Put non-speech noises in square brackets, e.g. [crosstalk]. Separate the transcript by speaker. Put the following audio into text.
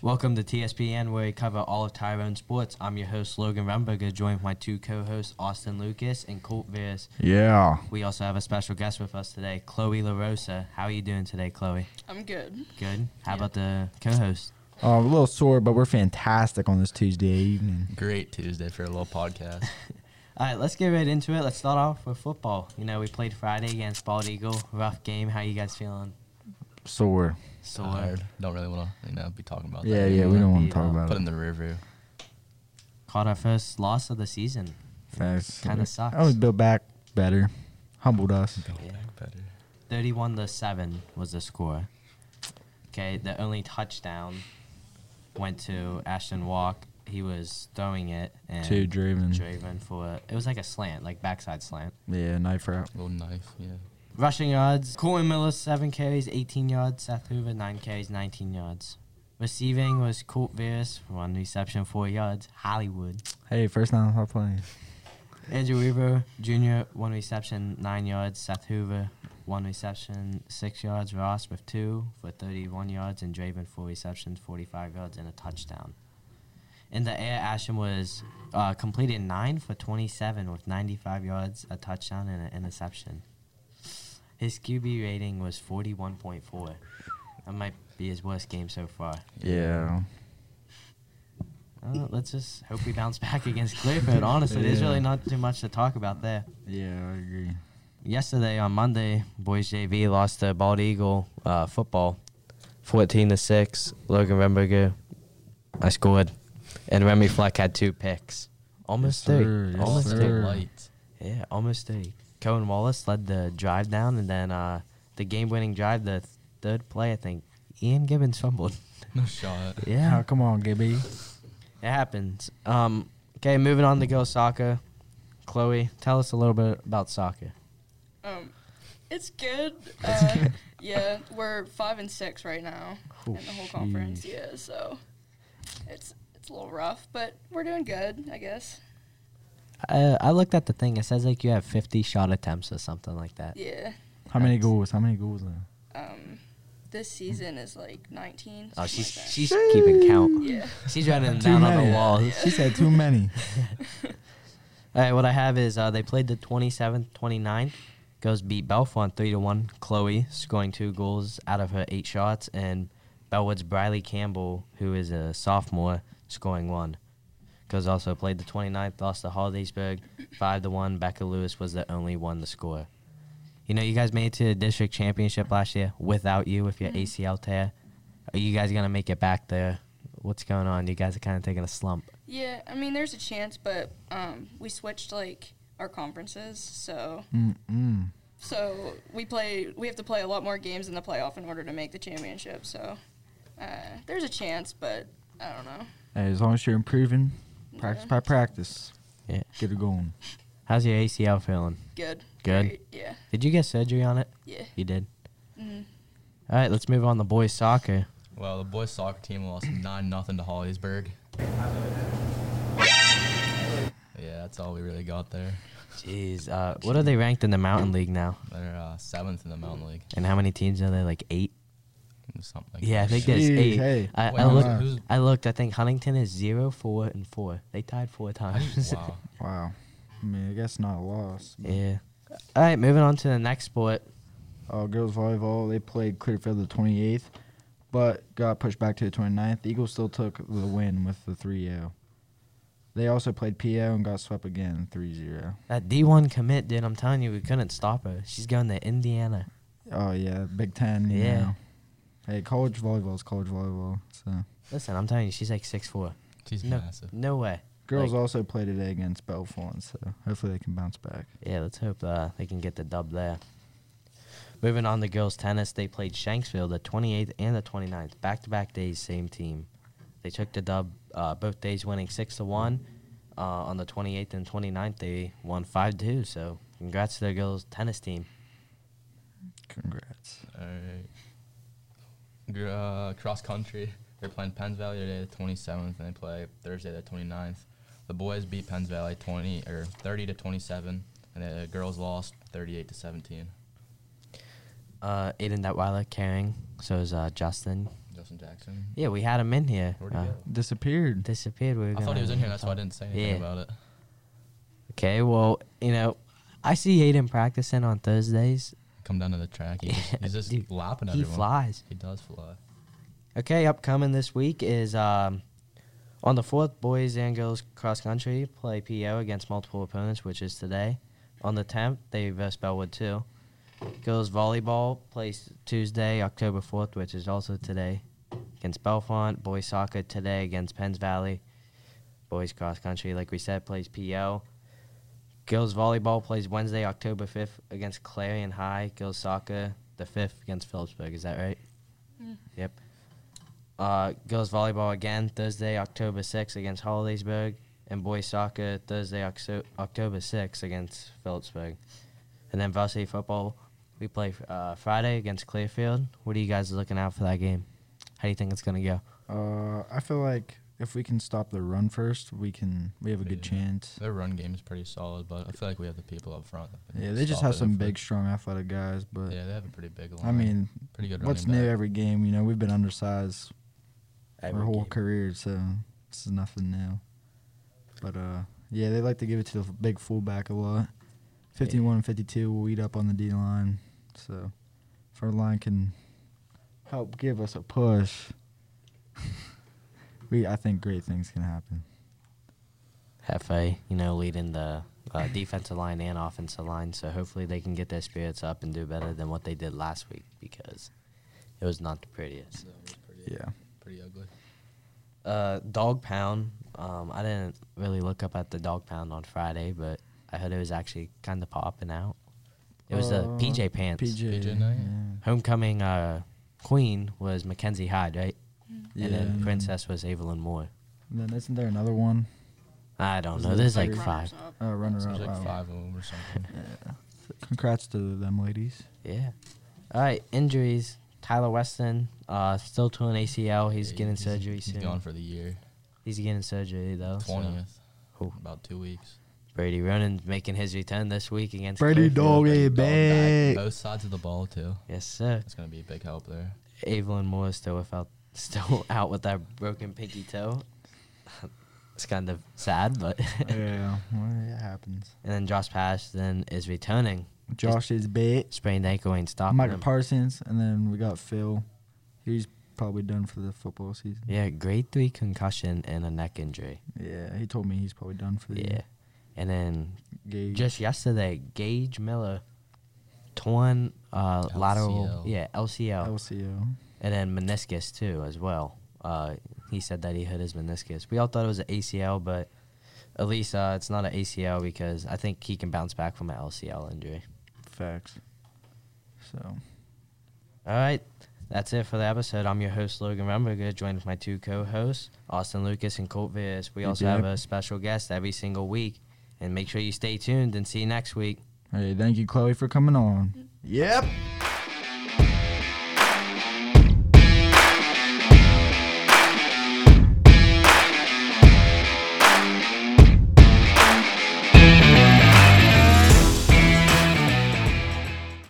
Speaker 1: Welcome to TSPN, where we cover all of Tyrone sports. I'm your host, Logan Rumberger, joined with my two co hosts, Austin Lucas and Colt Veers.
Speaker 2: Yeah.
Speaker 1: We also have a special guest with us today, Chloe LaRosa. How are you doing today, Chloe?
Speaker 3: I'm good.
Speaker 1: Good. How about the co host?
Speaker 2: Uh, a little sore, but we're fantastic on this Tuesday evening.
Speaker 4: Great Tuesday for a little podcast.
Speaker 1: All right, let's get right into it. Let's start off with football. You know, we played Friday against Bald Eagle. Rough game. How you guys feeling?
Speaker 2: Sore.
Speaker 1: So
Speaker 4: Tired. Don't really want to, you know, be talking about
Speaker 2: Yeah,
Speaker 4: that.
Speaker 2: yeah, we don't want
Speaker 1: Yeah.
Speaker 2: to talk about
Speaker 4: Put in
Speaker 2: it.
Speaker 4: the rearview.
Speaker 1: caught our first loss of the season.
Speaker 2: Thanks.
Speaker 1: Kinda sucks.
Speaker 2: Always built back better. Humbled us.
Speaker 1: Yeah.
Speaker 4: Better.
Speaker 1: 31 to 7 was the score. Okay, the only touchdown went to Ashton Walk. He was throwing it and
Speaker 2: To Draven.
Speaker 1: Draven for it was like a slant, like backside slant.
Speaker 2: Yeah, knife route.
Speaker 4: Little knife. Yeah.
Speaker 1: Rushing yards, Colton Miller 7 carries, 18 yards, Seth Hoover 9 carries, 19 yards. Receiving was Colt Veras, 1 reception, 4 yards, Hollywood.
Speaker 2: Hey, first time I'm playing.
Speaker 1: Andrew Weaver Jr., one reception, nine yards. Seth Hoover, one reception, six yards. Ross with two for 31 yards. And Draven, four receptions, 45 yards, and a touchdown. In the air, Ashton was uh, completed nine for 27 with 95 yards, a touchdown, and an interception. His QB rating was 41.4. That might be his worst game so far.
Speaker 2: Yeah.
Speaker 1: Uh, let's just hope we bounce back [laughs] against Clearfield. Honestly, there's
Speaker 2: Yeah.
Speaker 1: really not too much to talk about there.
Speaker 2: Yeah, I agree.
Speaker 1: Yesterday on Monday, boys JV lost to Bald Eagle uh, football, fourteen to six. Logan Remberger, I scored, and Remy Fleck had two picks. Almost
Speaker 2: Yes,
Speaker 1: three.
Speaker 2: sir. Yes,
Speaker 1: almost
Speaker 2: sir.
Speaker 1: three.
Speaker 4: Light.
Speaker 1: Yeah, almost three. Cohen Wallace led the drive down, and then uh, the game-winning drive, the th- third play, I think. Ian Gibbons
Speaker 2: [laughs]
Speaker 1: fumbled.
Speaker 4: No [laughs] shot.
Speaker 1: Yeah,
Speaker 2: Oh, come on, Gibby.
Speaker 1: it happens. Um, okay, moving on to girls soccer. Chloe, tell us a little bit about soccer.
Speaker 3: Um, it's good. Uh, yeah, we're five and six right now
Speaker 2: Oh,
Speaker 3: in the whole conference. Yeah, so it's it's a little rough, but we're doing good, I guess.
Speaker 1: Uh, I looked at the thing. It says like you have 50 shot attempts or something like that.
Speaker 3: Yeah.
Speaker 2: How many goals? How many goals? Now?
Speaker 3: Um, this season is like 19.
Speaker 1: Oh,
Speaker 3: something
Speaker 1: she's
Speaker 3: like that.
Speaker 1: she's keeping count.
Speaker 3: yeah.
Speaker 1: She's writing them
Speaker 2: Too
Speaker 1: down on
Speaker 2: many.
Speaker 1: the wall. All
Speaker 2: [laughs] She said too many.
Speaker 1: right, what I have is uh, they played the 27th, 29th. Goes beat Belfont 3 to 1. Chloe scoring two goals out of her eight shots. And Bellwood's Briley Campbell, who is a sophomore, scoring one. Goes also played the 29th, lost to Hollidaysburg 5 to 1. Becca Lewis was the only one to score. You know, you guys made it to the district championship last year without you with your ACL tear. Are you guys going to make it back there? What's going on? You guys are kind of taking a slump.
Speaker 3: Yeah, I mean, there's a chance, but um, we switched like our conferences, so
Speaker 2: Mm-mm.
Speaker 3: so we play we have to play a lot more games in the playoff in order to make the championship. So uh, there's a chance, but I don't know.
Speaker 2: Hey, as long as you're improving, practice
Speaker 3: Yeah.
Speaker 2: by practice.
Speaker 1: Yeah.
Speaker 2: Get it going.
Speaker 1: How's your ACL feeling?
Speaker 3: Good.
Speaker 1: Good.
Speaker 3: Great, Yeah.
Speaker 1: Did you get surgery on it?
Speaker 3: Yeah.
Speaker 1: You did.
Speaker 3: Mhm.
Speaker 1: All right, let's move on to boys soccer.
Speaker 4: Well, the boys soccer team lost nine nothing to Holliesburg. Yeah, that's all we really got there.
Speaker 1: Jeez, uh, what are they ranked in the Mountain League now?
Speaker 4: They're uh, seventh in the Mountain League.
Speaker 1: And how many teams are there? Like eight?
Speaker 4: Something like
Speaker 1: Yeah, I
Speaker 4: that.
Speaker 1: think
Speaker 2: that-
Speaker 1: there's
Speaker 2: Jeez,
Speaker 1: eight.
Speaker 2: hey.
Speaker 1: I,
Speaker 4: Wait,
Speaker 1: I,
Speaker 4: who's-
Speaker 1: looked,
Speaker 4: who's-
Speaker 1: I looked. I think Huntington is zero, four, and four. They tied four [laughs] times.
Speaker 4: Wow.
Speaker 2: Wow. I mean, I guess not a loss. but-
Speaker 1: yeah. All right, moving on to the next sport.
Speaker 2: uh, girls volleyball. They played Clearfield the 28th, but got pushed back to the 29th. The Eagles still took the win with the 3-0. They also played PO and got swept again 3-0.
Speaker 1: That D1 commit, dude. I'm telling you, we couldn't stop her. She's going to Indiana.
Speaker 2: Oh yeah, Big Ten. you
Speaker 1: Yeah.
Speaker 2: know. Hey, college volleyball is college volleyball. So
Speaker 1: Listen, I'm telling you, she's like six four.
Speaker 4: She's
Speaker 1: No,
Speaker 4: massive.
Speaker 1: no way.
Speaker 2: girls
Speaker 1: Like-
Speaker 2: also play today against Belfont. So hopefully they can bounce back.
Speaker 1: Yeah, let's hope uh, they can get the dub there. Moving on to girls tennis, they played Shanksville the 28th and the 29th, back to back days, same team. They took the dub uh, both days, winning 6 to 1. Uh, on the 28th and 29th, they won 5 2. So, congrats to the girls tennis team.
Speaker 2: Congrats.
Speaker 4: All right. Gr- Uh, cross country. They're playing Penns Valley today, the 27th, and they play Thursday, the 29th. The boys beat Penns Valley 20 or 30 to 27, and the girls lost 38 to 17.
Speaker 1: Uh, Aiden Detweiler carrying, so is uh, Justin.
Speaker 4: Justin Jackson.
Speaker 1: Yeah, we had him in here.
Speaker 4: Where'd he
Speaker 1: Uh,
Speaker 4: go?
Speaker 2: disappeared.
Speaker 1: disappeared. We were
Speaker 4: I thought
Speaker 1: gonna-
Speaker 4: he was in here. That's why I didn't say anything
Speaker 1: Yeah.
Speaker 4: about it.
Speaker 1: Okay, well, you know, I see Aiden practicing on Thursdays.
Speaker 4: Come down to the track. He just,
Speaker 2: [laughs]
Speaker 4: he's just
Speaker 1: Dude,
Speaker 4: lapping
Speaker 1: He
Speaker 4: everyone.
Speaker 1: flies.
Speaker 4: He does fly.
Speaker 1: Okay, upcoming this week is um, on the fourth, boys and girls cross country play PO against multiple opponents, which is today. On the tenth, they verse Bellwood too. Girls volleyball plays Tuesday, October fourth, which is also today, against Belfont. Boys soccer today against Penns Valley. Boys cross country, like we said, plays PO. Girls volleyball plays Wednesday, October fifth, against Clarion High. Girls soccer the fifth against Phillipsburg. Is that right? Yep. Uh, girls volleyball again Thursday, October 6th against Hollidaysburg, and boys soccer Thursday, Oxo- October 6th against Phillipsburg. And then varsity football, we play uh, Friday against Clearfield. What are you guys looking out for that game? How do you think it's going to go?
Speaker 2: Uh, I feel like if we can stop the run first, we can. We have a good
Speaker 4: Yeah.
Speaker 2: chance.
Speaker 4: Their run game is pretty solid, but I feel like we have the people up front. that can
Speaker 2: Yeah, they just
Speaker 4: stop
Speaker 2: have
Speaker 4: it
Speaker 2: some
Speaker 4: if they-
Speaker 2: big, strong, athletic guys. But
Speaker 4: Yeah, they have a pretty big line.
Speaker 2: I mean,
Speaker 4: pretty good.
Speaker 2: what's
Speaker 4: running
Speaker 2: new
Speaker 4: back.
Speaker 2: every game? You know, we've been undersized our
Speaker 1: Every
Speaker 2: whole
Speaker 1: game.
Speaker 2: career, so this is nothing new. But uh, yeah, they like to give it to the f- big fullback a lot. Fifty-one and fifty-two will eat up on the D line, so if our line can help give us a push, [laughs] we I think great things can happen.
Speaker 1: Hefe, you know, leading the uh, defensive line and offensive line. So hopefully they can get their spirits up and do better than what they did last week because it was not the prettiest.
Speaker 4: So it was pretty,
Speaker 2: Yeah.
Speaker 4: pretty ugly.
Speaker 1: Uh, dog pound. Um, I didn't really look up at the dog pound on Friday, but I heard it was actually kind of popping out. It was the
Speaker 2: Uh,
Speaker 1: PJ pants.
Speaker 2: PJ,
Speaker 4: PJ Knight?
Speaker 1: Homecoming uh, queen was Mackenzie Hyde, right?
Speaker 2: yeah.
Speaker 1: And then
Speaker 2: Yeah.
Speaker 1: princess was Evelyn Moore.
Speaker 2: And then isn't there another one?
Speaker 1: I don't
Speaker 2: Was
Speaker 1: know.
Speaker 2: it
Speaker 1: There's like
Speaker 2: Tiger?
Speaker 1: five.
Speaker 3: Runners-up.
Speaker 2: Uh, runner
Speaker 4: There's
Speaker 2: up.
Speaker 1: Oh,
Speaker 4: like
Speaker 2: wow.
Speaker 4: five of them or something.
Speaker 2: Congrats to them ladies.
Speaker 1: Yeah. All right. Injuries. Tyler Weston, uh, still to an ACL. He's
Speaker 4: Yeah,
Speaker 1: getting surgery
Speaker 4: he's
Speaker 1: soon.
Speaker 4: gone for the year.
Speaker 1: He's getting surgery though. so-
Speaker 4: Twentieth.
Speaker 1: Who?
Speaker 4: About two weeks.
Speaker 1: Brady Ronan's making his return this week against
Speaker 2: Brady
Speaker 1: Clearfield.
Speaker 2: Dog. Okay,
Speaker 4: Dog back.
Speaker 2: back.
Speaker 4: Both sides of the ball too.
Speaker 1: Yes, sir.
Speaker 4: That's gonna be a big help there.
Speaker 1: Evelyn Moore is still without, [laughs] still out with that broken pinky toe. [laughs] it's kind of sad, but [laughs] and
Speaker 2: Oh, yeah, well, it happens.
Speaker 1: then Josh Patterson is returning.
Speaker 2: Josh is bit.
Speaker 1: Sprained ankle ain't stopping
Speaker 2: Michael
Speaker 1: him.
Speaker 2: Parsons, and then we got Phil. He's probably done for the football season.
Speaker 1: yeah, grade three concussion and a neck injury.
Speaker 2: Yeah, he told me he's probably done for the
Speaker 1: Yeah, and then
Speaker 2: Mm. Gage.
Speaker 1: just yesterday, Gage Miller torn uh, lateral,
Speaker 4: LCL.
Speaker 1: yeah, LCL,
Speaker 2: LCO.
Speaker 1: and then meniscus too as well. Uh, he said that he hurt his meniscus. We all thought it was an ACL, but at least uh, it's not an ACL because I think he can bounce back from an LCL injury.
Speaker 2: Facts. So
Speaker 1: All right, that's it for the episode. I'm your host Logan Rumberger, joined with my two co-hosts Austin Lucas and Colt Vias. We
Speaker 2: Yep,
Speaker 1: also have
Speaker 2: yep.
Speaker 1: a special guest every single week, and make sure you stay tuned and see you next week.
Speaker 2: hey, thank you, Chloe, for coming on. Yep.